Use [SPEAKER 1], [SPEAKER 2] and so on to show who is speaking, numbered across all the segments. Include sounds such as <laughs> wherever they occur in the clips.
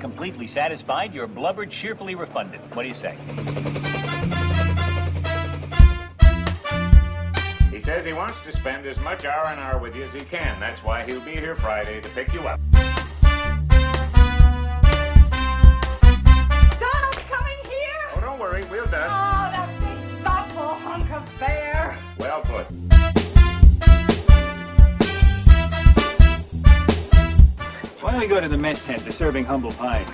[SPEAKER 1] completely satisfied, your blubber cheerfully refunded. What do you say?
[SPEAKER 2] He says he wants to spend as much R&R with you as he can. That's why he'll be here Friday to pick you up.
[SPEAKER 3] Donald's coming here!
[SPEAKER 2] Oh, don't worry, we'll dust.
[SPEAKER 3] Oh, that big, thoughtful hunk of bear!
[SPEAKER 2] Well put.
[SPEAKER 1] Why don't we go to the mess tent? They're serving humble pie.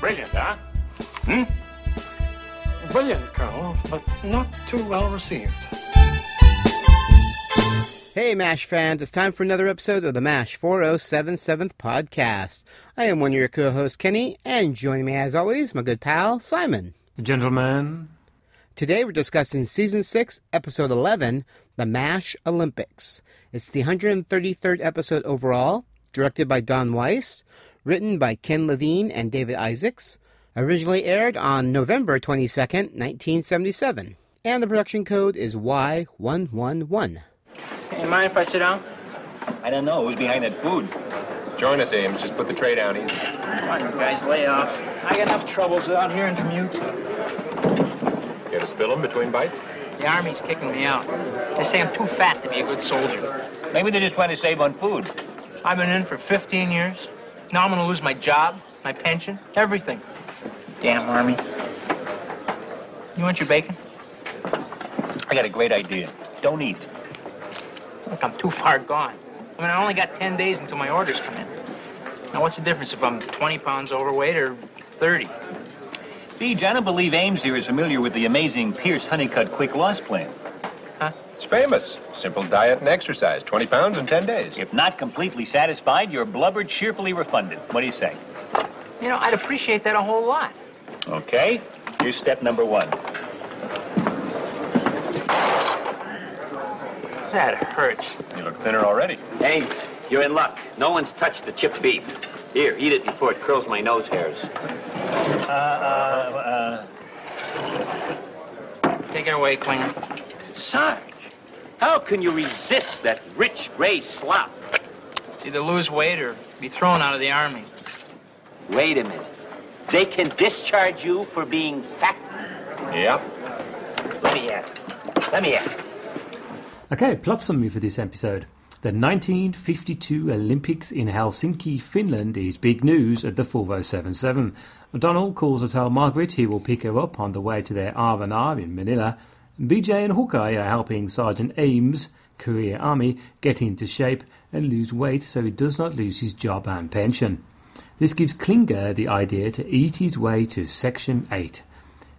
[SPEAKER 2] Brilliant, huh? Hmm?
[SPEAKER 4] Brilliant, Colonel, but not too well received.
[SPEAKER 5] Hey, MASH fans, it's time for another episode of the MASH 4077th podcast. I am one of your co hosts, Kenny, and joining me as always, my good pal, Simon.
[SPEAKER 4] Gentlemen,
[SPEAKER 5] Today we're discussing Season 6, Episode 11, The MASH Olympics. It's the 133rd episode overall, directed by Don Weiss, written by Ken Levine and David Isaacs, originally aired on November 22nd, 1977. And the production code is Y111.
[SPEAKER 6] Hey, mind if I sit down?
[SPEAKER 1] I don't know who's behind that food.
[SPEAKER 7] Join us, Ames. Just put the tray down easy.
[SPEAKER 6] Come on, you guys, lay off. I got enough troubles out here in Bermuda.
[SPEAKER 7] You gonna spill them between bites?
[SPEAKER 6] The army's kicking me out. They say I'm too fat to be a good soldier.
[SPEAKER 1] Maybe they're just trying to save on food.
[SPEAKER 6] I've been in for 15 years. Now I'm gonna lose my job, my pension, everything. Damn army. You want your bacon?
[SPEAKER 1] I got a great idea. Don't eat.
[SPEAKER 6] Look, I'm too far gone. I mean, I only got 10 days until my orders come in. Now, what's the difference if I'm 20 pounds overweight or 30?
[SPEAKER 1] Beej, I don't believe Ames here is familiar with the amazing Pierce Honeycutt quick loss plan.
[SPEAKER 7] It's famous. Simple diet and exercise. 20 pounds in 10 days.
[SPEAKER 1] If not completely satisfied, your blubber cheerfully refunded. What do you say?
[SPEAKER 6] You know, I'd appreciate that a whole lot.
[SPEAKER 1] Okay, here's step number one.
[SPEAKER 6] That hurts.
[SPEAKER 7] You look thinner already.
[SPEAKER 8] Hey, you're in luck. No one's touched the chipped beef. Here, eat it before it curls my nose hairs.
[SPEAKER 1] Uh,
[SPEAKER 6] Take it away, Klinger.
[SPEAKER 8] Sarge, how can you resist that rich gray slop?
[SPEAKER 6] It's either lose weight or be thrown out of the army.
[SPEAKER 8] Wait a minute. They can discharge you for being fat.
[SPEAKER 7] Yep.
[SPEAKER 8] Let me at it. Let me at it.
[SPEAKER 9] Okay, plot summary for this episode. The 1952 Olympics in Helsinki, Finland is big news at the 4077. Donald calls to tell Margaret he will pick her up on the way to their R&R in Manila. BJ and Hawkeye are helping Sergeant Ames, Korea Army, get into shape and lose weight so he does not lose his job and pension. This gives Klinger the idea to eat his way to Section 8.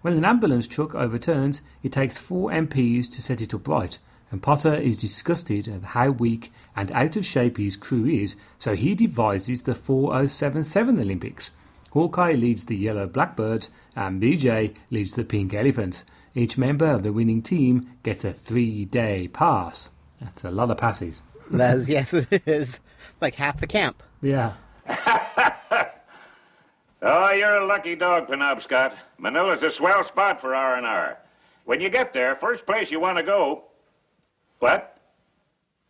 [SPEAKER 9] When an ambulance truck overturns, it takes four MPs to set it upright, and Potter is disgusted at how weak and out of shape his crew is, so he devises the 4077 Olympics. Hawkeye leads the Yellow Blackbirds, and BJ leads the Pink Elephants. Each member of the winning team gets a three day pass. That's a lot of passes.
[SPEAKER 5] That's, yes, it is. <laughs> It's like half the camp.
[SPEAKER 9] Yeah.
[SPEAKER 2] Oh, you're a lucky dog, Penobscot. Manila's a swell spot for R&R. When you get there, first place you want to go... What?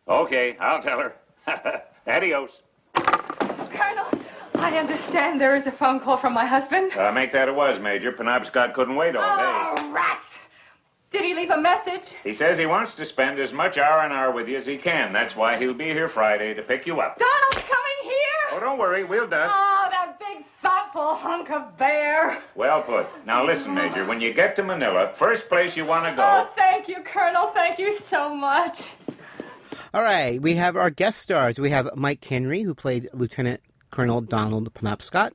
[SPEAKER 2] Okay, I'll tell her. <laughs> Adios.
[SPEAKER 3] Colonel, I understand there is a phone call from my husband.
[SPEAKER 2] Uh, make that it was, Major. Penobscot couldn't wait all day.
[SPEAKER 3] Oh, rats! Did he leave a message?
[SPEAKER 2] He says he wants to spend as much R&R with you as he can. That's why he'll be here Friday to pick you up.
[SPEAKER 3] Donald's coming here!
[SPEAKER 2] Oh, don't worry, we'll dust.
[SPEAKER 3] Oh, that big, thoughtful hunk of bear!
[SPEAKER 2] Well put. Now listen, Major. When you get to Manila, first place you want to
[SPEAKER 3] Oh,
[SPEAKER 2] go.
[SPEAKER 3] thank you, Colonel. Thank you so much.
[SPEAKER 5] All right, we have our guest stars. We have Mike Henry, who played Lieutenant Colonel Donald Penobscot.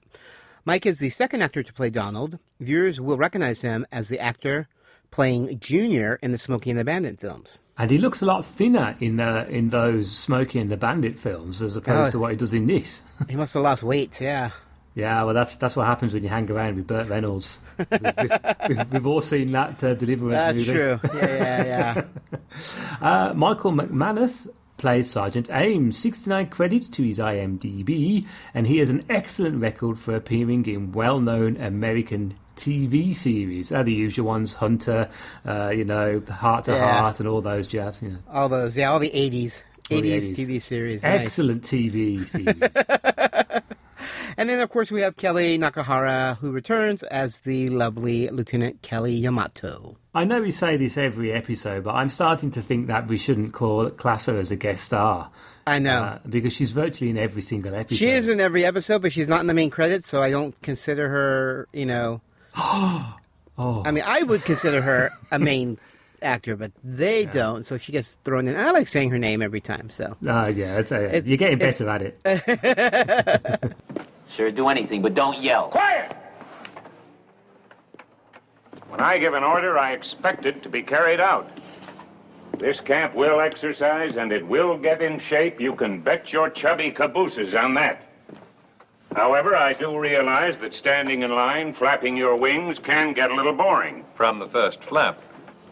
[SPEAKER 5] Mike is the second actor to play Donald. Viewers will recognize him as the actor playing Junior in the Smoking and the Bandit films. <laughs>
[SPEAKER 9] And he looks a lot thinner in the in those Smokey and the Bandit films as opposed
[SPEAKER 5] Oh.
[SPEAKER 9] to what he does in this.
[SPEAKER 5] He must have lost weight, yeah.
[SPEAKER 9] Yeah, well, that's that's what happens when you hang around with Burt Reynolds.
[SPEAKER 5] <laughs>
[SPEAKER 9] We've, we've, we've all seen that uh, Deliverance
[SPEAKER 5] That's
[SPEAKER 9] movie.
[SPEAKER 5] <laughs> true. Yeah, yeah, yeah.
[SPEAKER 9] Uh, Michael McManus plays Sergeant Ames. 69 credits to his IMDb, and he has an excellent record for appearing in well-known American TV series, uh, the usual ones, Hunter, uh, you know, Heart to
[SPEAKER 5] Yeah.
[SPEAKER 9] Heart, and all those jazz. You know.
[SPEAKER 5] All those, yeah, all the 80s.
[SPEAKER 9] early
[SPEAKER 5] 80s TV series. Nice.
[SPEAKER 9] Excellent
[SPEAKER 5] <laughs>
[SPEAKER 9] TV series.
[SPEAKER 5] And then, of course, we have Kelly Nakahara, who returns as the lovely Lieutenant Kelly Yamato.
[SPEAKER 9] I know we say this every episode, but I'm starting to think that we shouldn't call Classer as a guest star
[SPEAKER 5] I know.
[SPEAKER 9] uh, because she's virtually in every single episode.
[SPEAKER 5] she is in every episode, but she's not in the main credits, so I don't consider her, you know. <gasps> oh. I mean, I would consider her a main actor, but they don't, so she gets thrown in. I like saying her name every time, so.
[SPEAKER 9] Uh, yeah, it's, uh, you're getting better at it.
[SPEAKER 5] uh,
[SPEAKER 8] Sure, do anything, but don't yell.
[SPEAKER 2] Quiet! When I give an order, I expect it to be carried out. This camp will exercise and it will get in shape. You can bet your chubby cabooses on that. However, I do realize that standing in line, flapping your wings, can get a little boring.
[SPEAKER 7] From the first flap.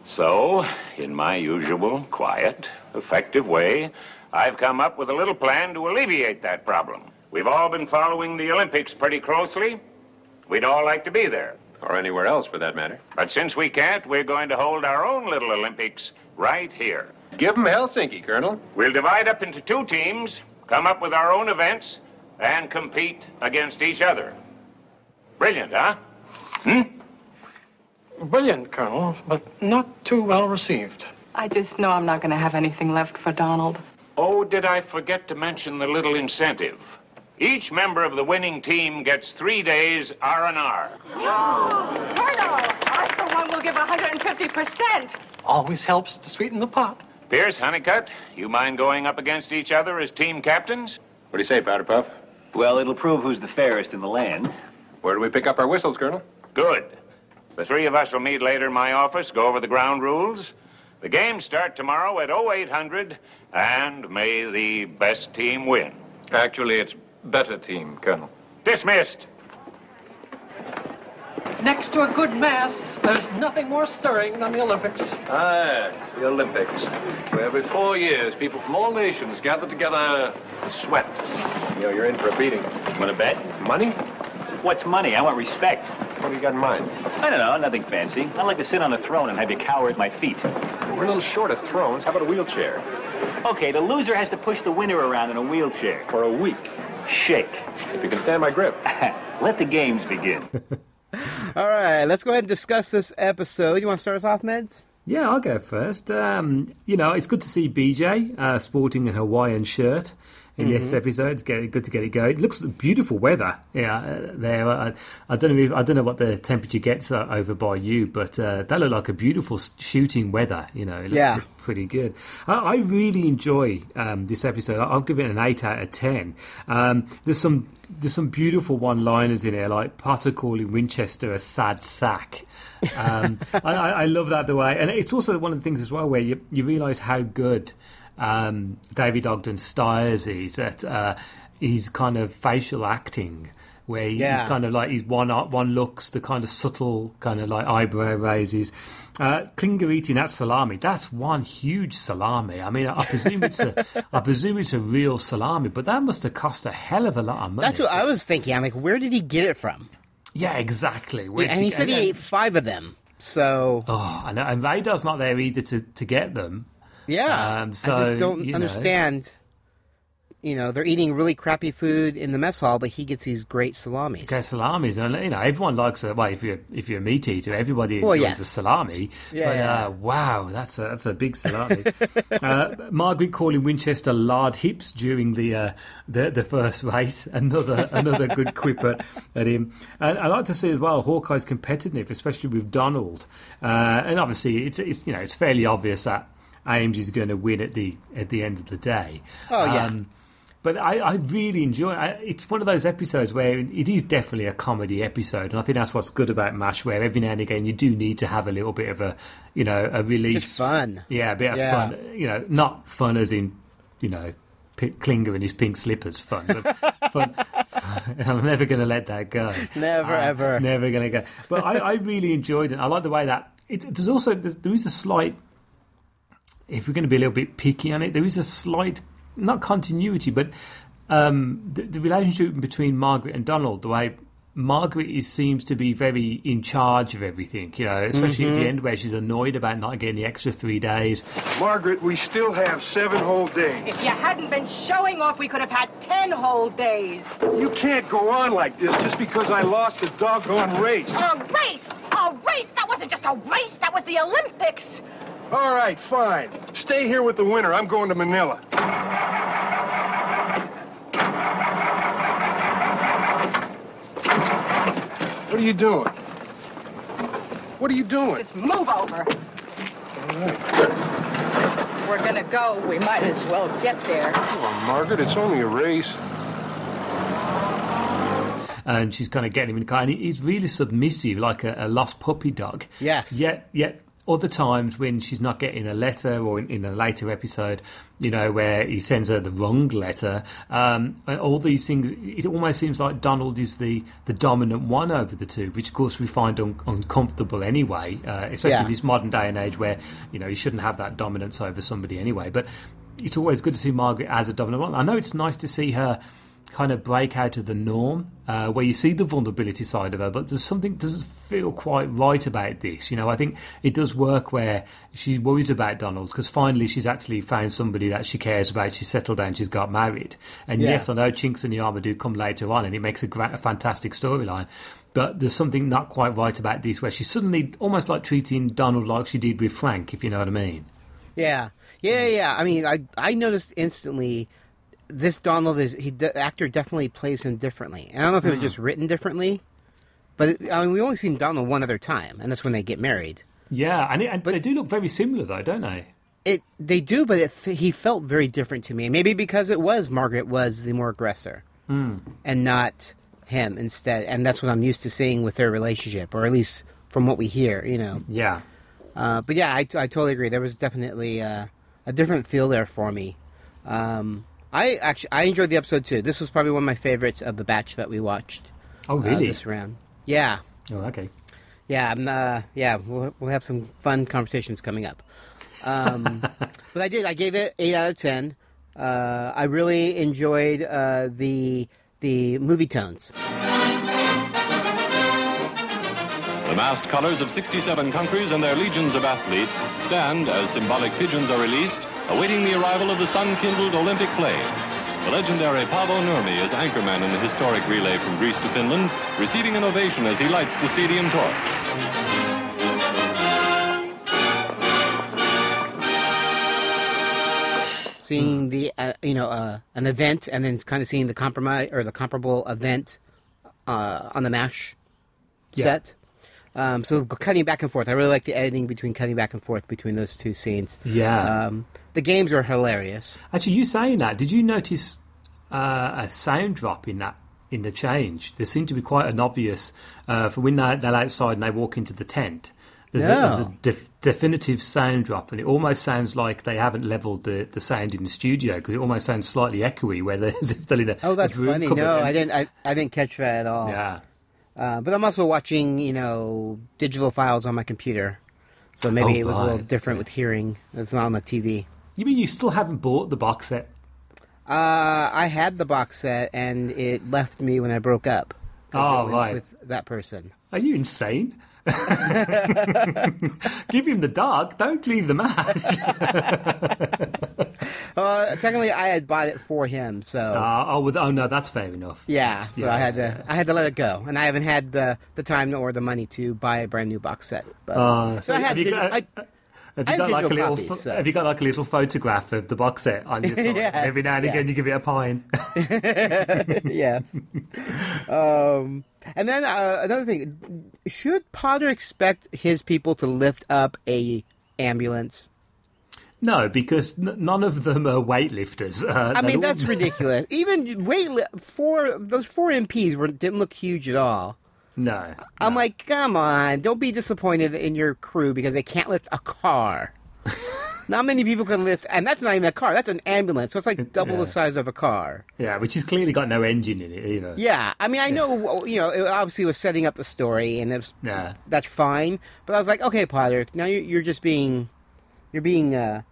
[SPEAKER 2] So, in my usual, quiet, effective way, I've come up with a little plan to alleviate that problem. We've all been following the Olympics pretty closely. We'd all like to be there.
[SPEAKER 7] Or anywhere else for that matter.
[SPEAKER 2] But since we can't, we're going to hold our own little Olympics right here.
[SPEAKER 7] Give 'em Helsinki, Colonel.
[SPEAKER 2] We'll divide up into two teams, come up with our own events, and compete against each other. Brilliant, huh?
[SPEAKER 4] Brilliant, Colonel, but not too well received.
[SPEAKER 3] I just know I'm not going to have anything left for Donald.
[SPEAKER 2] Oh, did I forget to mention the little incentive? Each member of the winning team gets three days R&R.
[SPEAKER 3] Oh, Colonel, I for one will give 150%.
[SPEAKER 4] Always helps to sweeten the pot.
[SPEAKER 2] Pierce, Honeycutt, you mind going up against each other as team captains?
[SPEAKER 7] What do you say, Powder Puff?
[SPEAKER 1] Well, it'll prove who's the fairest in the land.
[SPEAKER 7] Where do we pick up our whistles, Colonel?
[SPEAKER 2] Good. The three of us will meet later in my office, go over the ground rules. The games start tomorrow at 0800, and may the best team win.
[SPEAKER 7] Actually, it's better team, Colonel.
[SPEAKER 2] Dismissed.
[SPEAKER 4] Next to a good mass, there's nothing more stirring than the Olympics.
[SPEAKER 7] Ah, yes, the Olympics, where every four years people from all nations gather together to sweat. You know, you're in for a beating.
[SPEAKER 1] Want to bet?
[SPEAKER 7] Money?
[SPEAKER 1] What's money? I want respect.
[SPEAKER 7] What do you got in mind?
[SPEAKER 1] I don't know, nothing fancy. I'd like to sit on a throne and have you cower at my feet.
[SPEAKER 7] We're a little short of thrones. How about a wheelchair?
[SPEAKER 1] Okay, the loser has to push the winner around in a wheelchair.
[SPEAKER 7] For a week.
[SPEAKER 1] Shake. <laughs>
[SPEAKER 7] If you can stand my grip.
[SPEAKER 1] Let the games begin.
[SPEAKER 5] All right, let's go ahead and discuss this episode. You want to start us off, Meds?
[SPEAKER 9] Yeah, I'll go first. Um, you know, it's good to see BJ uh, sporting a Hawaiian shirt in
[SPEAKER 5] Mm-hmm.
[SPEAKER 9] this episode. It's get, good to get it going. It looks beautiful weather. Yeah, uh, there. I, I don't know. If, I don't know what the temperature gets uh, over by you, but uh, that looked like a beautiful s- shooting weather. You know, it looked
[SPEAKER 5] Yeah.
[SPEAKER 9] pre- pretty good. I, I really enjoy um, this episode. I- I'll give it an eight out of ten. Um, there's some there's some beautiful one-liners in here, like Potter calling Winchester a sad sack. um, <laughs> I, I I love that the way, and it's also one of the things as well where you, you realise how good um, David Ogden Stiers is at uh, his kind of facial acting, where he's
[SPEAKER 5] Yeah.
[SPEAKER 9] kind of like he's one one looks the kind of subtle kind of like eyebrow raises. Uh, Klinger eating that salami, that's one huge salami. I mean, I, I presume it's
[SPEAKER 5] <laughs>
[SPEAKER 9] a, I presume it's a real salami, but that must have cost a hell of a lot of money.
[SPEAKER 5] That's what I was thinking. I'm like, where did he get it from?
[SPEAKER 9] Yeah, exactly. Where
[SPEAKER 5] And he said he ate five of them. So,
[SPEAKER 9] Oh, I know. And Radar's not there either to, to get them.
[SPEAKER 5] yeah.
[SPEAKER 9] um,
[SPEAKER 5] I
[SPEAKER 9] so,
[SPEAKER 5] just don't
[SPEAKER 9] you know.
[SPEAKER 5] understand. You know, they're eating really crappy food in the mess hall, but he gets these great salamis.
[SPEAKER 9] They're salamis, and you know everyone likes a well. If you're if you're a meat eater, everybody enjoys
[SPEAKER 5] Well, yes.
[SPEAKER 9] a salami. but
[SPEAKER 5] yeah.
[SPEAKER 9] Uh, wow, that's a that's a big
[SPEAKER 5] <laughs>
[SPEAKER 9] salami. uh, Margaret calling Winchester lard hips during the uh, the the first race. <laughs> Another another good quip at, at him. And I like to see as well Hawkeye's competitive, especially with Donald. Uh, and obviously, it's it's you know it's fairly obvious that Ames is going to win at the at the end of the day. Um,
[SPEAKER 5] Oh, yeah.
[SPEAKER 9] But I, I really enjoy. I, it's one of those episodes where it is definitely a comedy episode, and I think that's what's good about Mash. Where every now and again you do need to have a little bit of a, you know, a release.
[SPEAKER 5] Just fun.
[SPEAKER 9] Yeah, a bit of
[SPEAKER 5] Yeah.
[SPEAKER 9] fun. You know, not fun as in, you know, P- Klinger in his pink slippers fun,
[SPEAKER 5] <laughs>
[SPEAKER 9] but fun. <laughs> I'm never going to let that go. Uh,
[SPEAKER 5] Never, ever.
[SPEAKER 9] Never going to go. But I, I really enjoyed it. I like the way that it, there's also there's, there is a slight. If we're going to be a little bit picky on it, there is a slight not continuity, but um, the, the relationship between Margaret and Donald, the way Margaret is, seems to be very in charge of everything, you know, especially at
[SPEAKER 5] Mm-hmm.
[SPEAKER 9] the end where she's annoyed about not getting the extra three days.
[SPEAKER 10] Margaret, we still have seven whole days.
[SPEAKER 3] If you hadn't been showing off, we could have had ten whole days.
[SPEAKER 10] You can't go on like this just because I lost a doggone race.
[SPEAKER 3] A race! A race! That wasn't just a race, that was the Olympics!
[SPEAKER 10] All right, fine. Stay here with the winner. I'm going to Manila. What are you doing? What are you doing?
[SPEAKER 3] Just move over. We're gonna go. We might as well get there.
[SPEAKER 10] Come on, Margaret, it's only a race.
[SPEAKER 9] And she's kind of getting him in the car, and he's really submissive, like a, a lost puppy dog.
[SPEAKER 5] Yes.
[SPEAKER 9] Yet, yet other times when she's not getting a letter, or in, in a later episode, you know, where he sends her the wrong letter, um, and all these things, it almost seems like Donald is the, the dominant one over the two, which of course we find un- uncomfortable anyway, uh, especially
[SPEAKER 5] Yeah.
[SPEAKER 9] this modern day and age where you know you shouldn't have that dominance over somebody anyway. But it's always good to see Margaret as a dominant one. I know it's nice to see her kind of break out of the norm, uh, where you see the vulnerability side of her, but there's something doesn't feel quite right about this. You know, I think it does work where she worries about Donald because finally she's actually found somebody that she cares about. She's settled down. She's got married. And
[SPEAKER 5] Yeah.
[SPEAKER 9] yes, I know chinks in the armor do come later on, and it makes a, gra- a fantastic storyline. But there's something not quite right about this, where she's suddenly almost like treating Donald like she did with Frank, if you know what I mean.
[SPEAKER 5] Yeah, yeah, yeah. I mean, I I noticed instantly. This Donald is he the actor definitely plays him differently. And I don't know if it was just written differently, but it, I mean, we've only seen Donald one other time, and that's when they get married.
[SPEAKER 9] Yeah, and, it, and they do look very similar, though, don't they?
[SPEAKER 5] It they do, but it, he felt very different to me. Maybe because it was Margaret was the more aggressor, and not him instead. And that's what I'm used to seeing with their relationship, or at least from what we hear, you know.
[SPEAKER 9] Yeah.
[SPEAKER 5] Uh, but yeah, I, I totally agree. There was definitely uh, a different feel there for me. Um, I actually I enjoyed the episode too. This was probably one of my favorites of the batch that we watched.
[SPEAKER 9] Oh,
[SPEAKER 5] uh,
[SPEAKER 9] really?
[SPEAKER 5] this round, yeah,
[SPEAKER 9] oh, okay.
[SPEAKER 5] yeah, I'm, uh, yeah. We'll, we'll have some fun conversations coming up. Um, but I did. I gave it eight out of ten. Uh, I really enjoyed uh, the the movie tones.
[SPEAKER 11] The massed colors of 67 countries and their legions of athletes stand as symbolic pigeons are released, awaiting the arrival of the sun-kindled Olympic plane. The legendary Paavo Nurmi is anchorman in the historic relay from Greece to Finland, receiving an ovation as he lights the stadium torch.
[SPEAKER 5] seeing the uh, you know uh, an event and then kind of seeing the compromise or the comparable event uh, on the mash
[SPEAKER 9] Yeah.
[SPEAKER 5] set. Um, so cutting back and forth, I really like the editing between cutting back and forth between those two scenes.
[SPEAKER 9] Yeah.
[SPEAKER 5] um, the games are hilarious.
[SPEAKER 9] Actually, you saying that, did you notice uh, a sound drop in that in the change? There seemed to be quite an obvious uh, for when they're, they're outside and they walk into the tent. There's a, there's a
[SPEAKER 5] No.
[SPEAKER 9] def- definitive sound drop, and it almost sounds like they haven't leveled the, the sound in the studio because it almost sounds slightly echoey, where there's <laughs> as if they're in a
[SPEAKER 5] Oh, that's
[SPEAKER 9] a room
[SPEAKER 5] funny.
[SPEAKER 9] cupboard
[SPEAKER 5] No,
[SPEAKER 9] and-
[SPEAKER 5] I didn't. I, I didn't catch that at all.
[SPEAKER 9] Yeah.
[SPEAKER 5] Uh, but I'm also watching you know digital files on my computer, so maybe
[SPEAKER 9] Oh,
[SPEAKER 5] it was a little
[SPEAKER 9] fine.
[SPEAKER 5] different with hearing. It's not on the TV.
[SPEAKER 9] You mean you still haven't bought the box set?
[SPEAKER 5] Uh, I had the box set and it left me when I broke up. 'Cause it
[SPEAKER 9] Oh,
[SPEAKER 5] went
[SPEAKER 9] right.
[SPEAKER 5] With that person.
[SPEAKER 9] Are you
[SPEAKER 5] <laughs>
[SPEAKER 9] insane? <laughs> Give him the dark. Don't leave the match. <laughs>
[SPEAKER 5] Uh, technically, I had bought it for him, so
[SPEAKER 9] Uh, oh, with, oh no, that's fair enough.
[SPEAKER 5] yeah. So I had to, I had to let it go, and I haven't had the the time or the money to buy a brand new box set. But,
[SPEAKER 9] Uh,
[SPEAKER 5] so I had,
[SPEAKER 9] have you
[SPEAKER 5] dig-
[SPEAKER 9] got-
[SPEAKER 5] I,
[SPEAKER 9] Have
[SPEAKER 5] I
[SPEAKER 9] you
[SPEAKER 5] have
[SPEAKER 9] got like a
[SPEAKER 5] digital
[SPEAKER 9] little?
[SPEAKER 5] copies,
[SPEAKER 9] pho-
[SPEAKER 5] so-
[SPEAKER 9] Have you got like a little photograph of the box set
[SPEAKER 5] <laughs>
[SPEAKER 9] on your side?
[SPEAKER 5] Yeah,
[SPEAKER 9] Every now and
[SPEAKER 5] yeah.
[SPEAKER 9] again, you give it a pine. <laughs>
[SPEAKER 5] yes. um, and then uh, another thing: should Potter expect his people to lift up a ambulance?
[SPEAKER 9] no, because n- none of them are weightlifters. Uh,
[SPEAKER 5] I
[SPEAKER 9] they're
[SPEAKER 5] mean,
[SPEAKER 9] all-
[SPEAKER 5] that's
[SPEAKER 9] <laughs>
[SPEAKER 5] ridiculous. Even wait, li- four those four MPs were didn't look huge at all.
[SPEAKER 9] no.
[SPEAKER 5] I'm like, come on, don't be disappointed in your crew because they can't lift a car. not many people can lift, and that's not even a car, that's an ambulance, so it's like double
[SPEAKER 9] yeah.
[SPEAKER 5] the size of a car.
[SPEAKER 9] Yeah, which has clearly got no engine in it either.
[SPEAKER 5] Yeah, I mean, I know, you know, it obviously was setting up the story, and it was,
[SPEAKER 9] Yeah.
[SPEAKER 5] that's fine, but I was like, okay, Potter, now you're, you're just being, you're being, uh,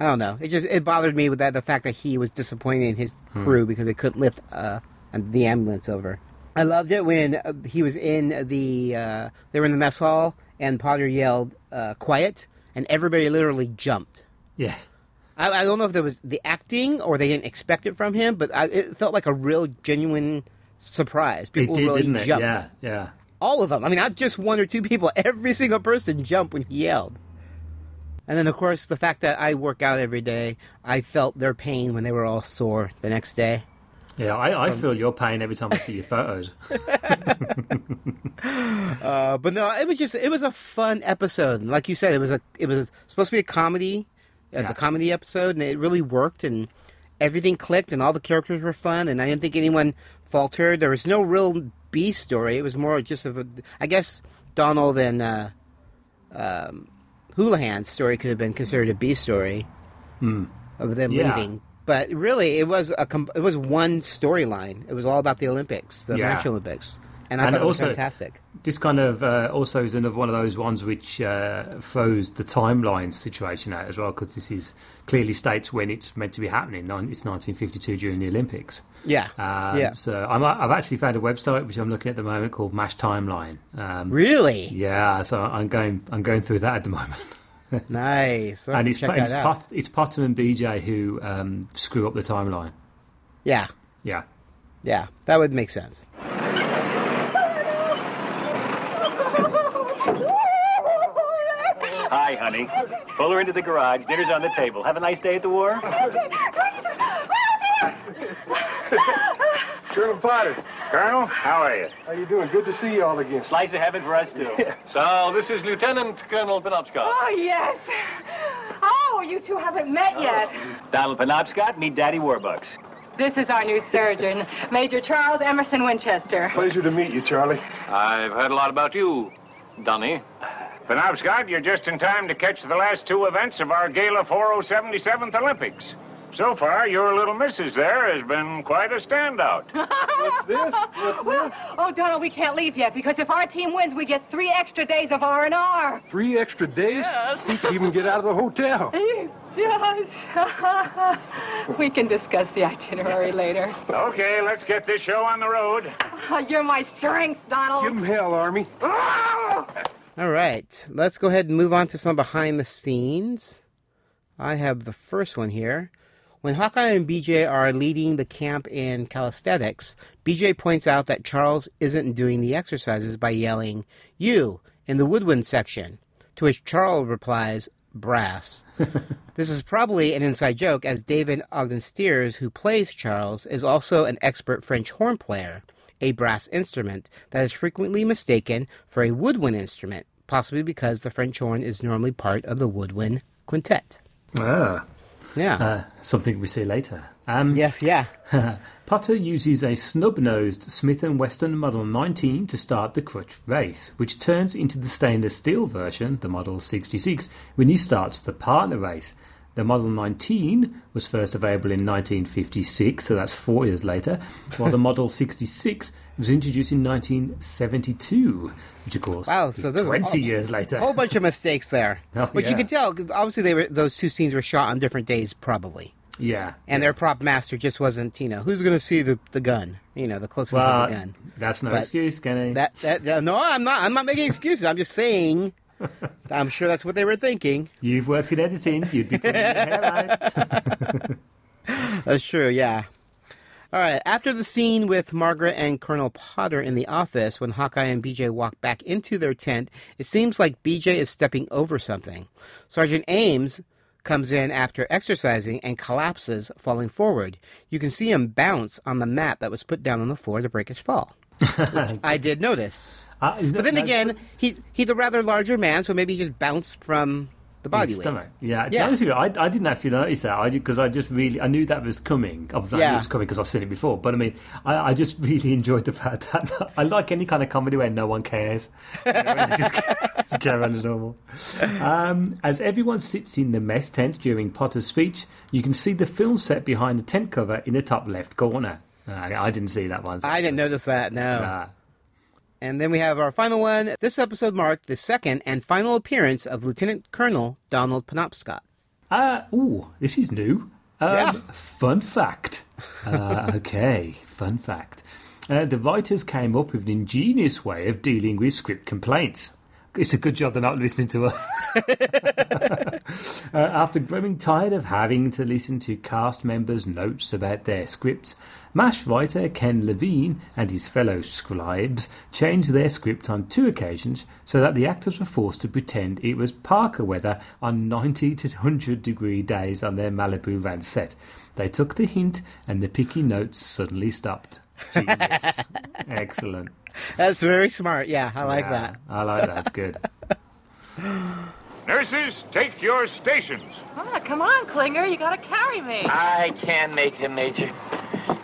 [SPEAKER 5] I don't know, it just, it bothered me with that, the fact that he was disappointed in his crew because they couldn't lift, uh, the ambulance over. I loved it when uh, he was in the uh, they were in the mess hall and Potter yelled uh, "quiet" and everybody literally jumped.
[SPEAKER 9] Yeah.
[SPEAKER 5] I, I don't know if there was the acting or they didn't expect it from him, but I, it felt like a real genuine surprise. People
[SPEAKER 9] it did,
[SPEAKER 5] really
[SPEAKER 9] didn't it?
[SPEAKER 5] jumped.
[SPEAKER 9] Yeah, yeah.
[SPEAKER 5] All of them. I mean, not just one or two people. <laughs> Every single person jumped when he yelled. And then, of course, the fact that I work out every day, I felt their pain when they were all sore the next day.
[SPEAKER 9] Yeah, I, I
[SPEAKER 5] Um,
[SPEAKER 9] feel your pain every time I see your photos.
[SPEAKER 5] uh, but no, it was just it was a fun episode. And Like you said, it was a it was supposed to be a comedy, uh, the comedy episode, and it really worked. And everything clicked, and all the characters were fun. And I didn't think anyone faltered. There was no real B story. It was more just of a, I guess Donald and uh, um, Houlihan's story could have been considered a B story
[SPEAKER 9] Hmm.
[SPEAKER 5] of them
[SPEAKER 9] Yeah.
[SPEAKER 5] leaving. But really, it was a com- it was one storyline. It was all about the Olympics, the
[SPEAKER 9] Yeah.
[SPEAKER 5] National Olympics, and I
[SPEAKER 9] And
[SPEAKER 5] thought it was
[SPEAKER 9] also-
[SPEAKER 5] fantastic.
[SPEAKER 9] This kind of uh, also is another one of those ones which uh, flows the timeline situation out as well, because this is clearly states when it's meant to be happening. Nin- It's 1952 during the Olympics.
[SPEAKER 5] Yeah.
[SPEAKER 9] Um,
[SPEAKER 5] Yeah.
[SPEAKER 9] So I'm, I've actually found a website which I'm looking at the moment called Mash Timeline. Um,
[SPEAKER 5] really?
[SPEAKER 9] Yeah. So I'm going I'm going through that at
[SPEAKER 5] <laughs>
[SPEAKER 9] the moment.
[SPEAKER 5] nice. I'll have
[SPEAKER 9] and
[SPEAKER 5] to
[SPEAKER 9] it's
[SPEAKER 5] check
[SPEAKER 9] it's,
[SPEAKER 5] that out.
[SPEAKER 9] Pot, it's Potter and BJ who um, screw up the timeline.
[SPEAKER 5] Yeah.
[SPEAKER 9] Yeah.
[SPEAKER 5] Yeah. That would make sense.
[SPEAKER 1] Hi, honey. Pull her into the garage. Dinner's on the table. Have a nice day at the war.
[SPEAKER 10] Colonel Potter.
[SPEAKER 2] Colonel, how are you?
[SPEAKER 10] How you doing? Good to see you all again.
[SPEAKER 1] Slice of heaven for us, too.
[SPEAKER 7] So, this is Lieutenant Colonel Penobscot.
[SPEAKER 3] <laughs> Oh, yes. Oh, you two haven't met yet.
[SPEAKER 1] Donald Penobscot, meet Daddy Warbucks.
[SPEAKER 3] This is our new surgeon, Major Charles Emerson Winchester.
[SPEAKER 10] Pleasure to meet you, Charlie.
[SPEAKER 7] I've heard a lot about you, Donnie.
[SPEAKER 2] Penobscot, you're just in time to catch the last two events of our gala 4077th Olympics. So far, your little missus there has been quite a <laughs> standout.
[SPEAKER 3] What's this? well, oh, Donald, we can't leave yet because if our team wins, we get three extra days of R and R.
[SPEAKER 10] Three extra days?
[SPEAKER 3] Yes.
[SPEAKER 10] We could even get out of the hotel.
[SPEAKER 3] Yes. <laughs> we can discuss the itinerary later.
[SPEAKER 2] Okay, let's get this show on the road.
[SPEAKER 3] Oh, you're my strength, Donald.
[SPEAKER 10] Give 'em hell, Army.
[SPEAKER 5] All right. Let's go ahead and move on to some behind the scenes. I have the first one here. When Hawkeye and BJ are leading the camp in calisthenics, BJ points out that Charles isn't doing the exercises by yelling, You, in the woodwind section. To which Charles replies, Brass. this is probably an inside joke, as David Ogden Steers, who plays Charles, is also an expert French horn player, a brass instrument that is frequently mistaken for a woodwind instrument, possibly because the French horn is normally part of the woodwind quintet.
[SPEAKER 9] Ah.
[SPEAKER 5] Yeah.
[SPEAKER 9] Uh, something we see later. Um,
[SPEAKER 5] yes, yeah.
[SPEAKER 9] Potter uses a snub-nosed Smith & Wesson Model 19 to start the crutch race, which turns into the stainless steel version, the Model 66, when he starts the partner race. The Model 19 was first available in 1956, so that's four years later, while the Model 66 was introduced in 1972, which of course
[SPEAKER 5] Wow,
[SPEAKER 9] is
[SPEAKER 5] so those are
[SPEAKER 9] 20
[SPEAKER 5] all-
[SPEAKER 9] years later.
[SPEAKER 5] A whole bunch of mistakes there,
[SPEAKER 9] <laughs> Oh,
[SPEAKER 5] which you
[SPEAKER 9] yeah.
[SPEAKER 5] can tell. 'cause Obviously, they were those two scenes were shot on different days, probably,
[SPEAKER 9] Yeah.
[SPEAKER 5] and their prop master just wasn't. You know, who's going to see the, the gun? You know, the closest
[SPEAKER 9] Well,
[SPEAKER 5] to the gun.
[SPEAKER 9] that's no
[SPEAKER 5] But
[SPEAKER 9] excuse, Kenny.
[SPEAKER 5] That, that that- no, I'm not. I'm not making excuses. I'm just saying. I'm sure that's what they were thinking.
[SPEAKER 9] You've worked in editing. You'd be putting your hair out.
[SPEAKER 5] <laughs> That's true, yeah. All right, after the scene with Margaret and Colonel Potter in the office, when Hawkeye and BJ walk back into their tent, it seems like BJ is stepping over something. Sergeant Ames comes in after exercising and collapses, falling forward. You can see him bounce on the mat that was put down on the floor to break his fall. which I did notice.
[SPEAKER 9] Uh, is
[SPEAKER 5] But
[SPEAKER 9] that-
[SPEAKER 5] then
[SPEAKER 9] that's
[SPEAKER 5] again, he he's a rather larger man, so maybe he just bounced from the
[SPEAKER 9] your
[SPEAKER 5] body weight.
[SPEAKER 9] stomach. Yeah, to be
[SPEAKER 5] Yeah.
[SPEAKER 9] honest with you, I, I didn't actually notice that. I because I just really I knew that was coming. Obviously, I knew
[SPEAKER 5] Yeah.
[SPEAKER 9] it was coming because I've seen it before. But I mean, I, I just <laughs> really enjoyed the fact that <laughs> I like any kind of comedy where no one cares. <laughs> You know, when they just, <laughs> just carry on as normal. Um, as everyone sits in the mess tent during Potter's speech, you can see the film set behind the tent cover in the top left corner. Uh, I I didn't see that one. so-
[SPEAKER 5] I didn't notice that. No.
[SPEAKER 9] Uh,
[SPEAKER 5] And then we have our final one. This episode marked the second and final appearance of Lieutenant Colonel Donald Penobscot.
[SPEAKER 9] Uh, ooh, this is new. Um,
[SPEAKER 5] Yeah.
[SPEAKER 9] Fun fact. Uh, okay, fun fact. Uh, the writers came up with an ingenious way of dealing with script complaints. It's a good job they're not listening to us. Uh, after growing tired of having to listen to cast members' notes about their scripts, MASH writer Ken Levine and his fellow scribes changed their script on two occasions so that the actors were forced to pretend it was Parker weather on 90 to 100 degree days on their Malibu van set. They took the hint and the picky notes
[SPEAKER 5] <laughs>
[SPEAKER 9] suddenly stopped. Genius. Excellent.
[SPEAKER 5] That's very smart. Yeah, I like
[SPEAKER 9] Yeah,
[SPEAKER 5] that.
[SPEAKER 9] I like that. It's good.
[SPEAKER 2] Nurses, take your stations.
[SPEAKER 3] Ah, come on, Klinger. You gotta carry me.
[SPEAKER 1] Ah,
[SPEAKER 8] I can make him, Major.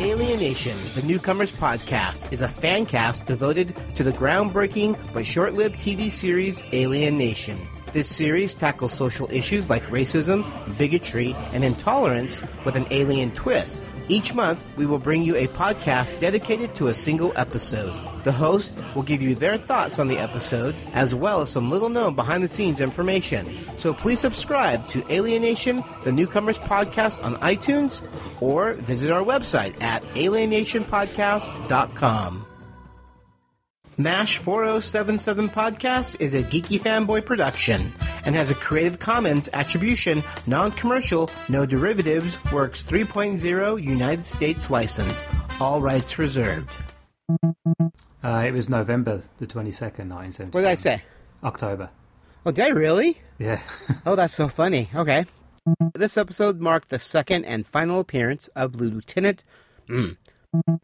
[SPEAKER 5] Alienation, the Newcomers Podcast, is a fan cast devoted to the groundbreaking but short lived TV series Alien Nation. This series tackles social issues like racism, bigotry, and intolerance with an alien twist. Each month, we will bring you a podcast dedicated to a single episode. The host will give you their thoughts on the episode, as well as some little known behind the scenes information. So please subscribe to Alienation, the Newcomers Podcast on iTunes, or visit our website at alienationpodcast.com. MASH 4077 Podcast is a geeky fanboy production and has a Creative Commons Attribution, Non Commercial, No Derivatives, Works 3.0 United States license. All rights reserved.
[SPEAKER 9] Uh, it was November the 22nd, 1977.
[SPEAKER 5] What did I say?
[SPEAKER 9] October.
[SPEAKER 5] Oh, did I really?
[SPEAKER 9] Yeah.
[SPEAKER 5] oh, that's so funny. Okay. This episode marked the second and final appearance of Lieutenant. Mm.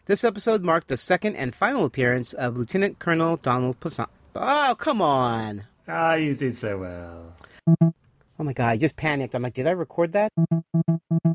[SPEAKER 5] This episode marked the second and final appearance of Lieutenant Colonel Donald Poisson. Oh, come on.
[SPEAKER 9] Ah, you did so well.
[SPEAKER 5] Oh my god, I just panicked. I'm like, did I record that?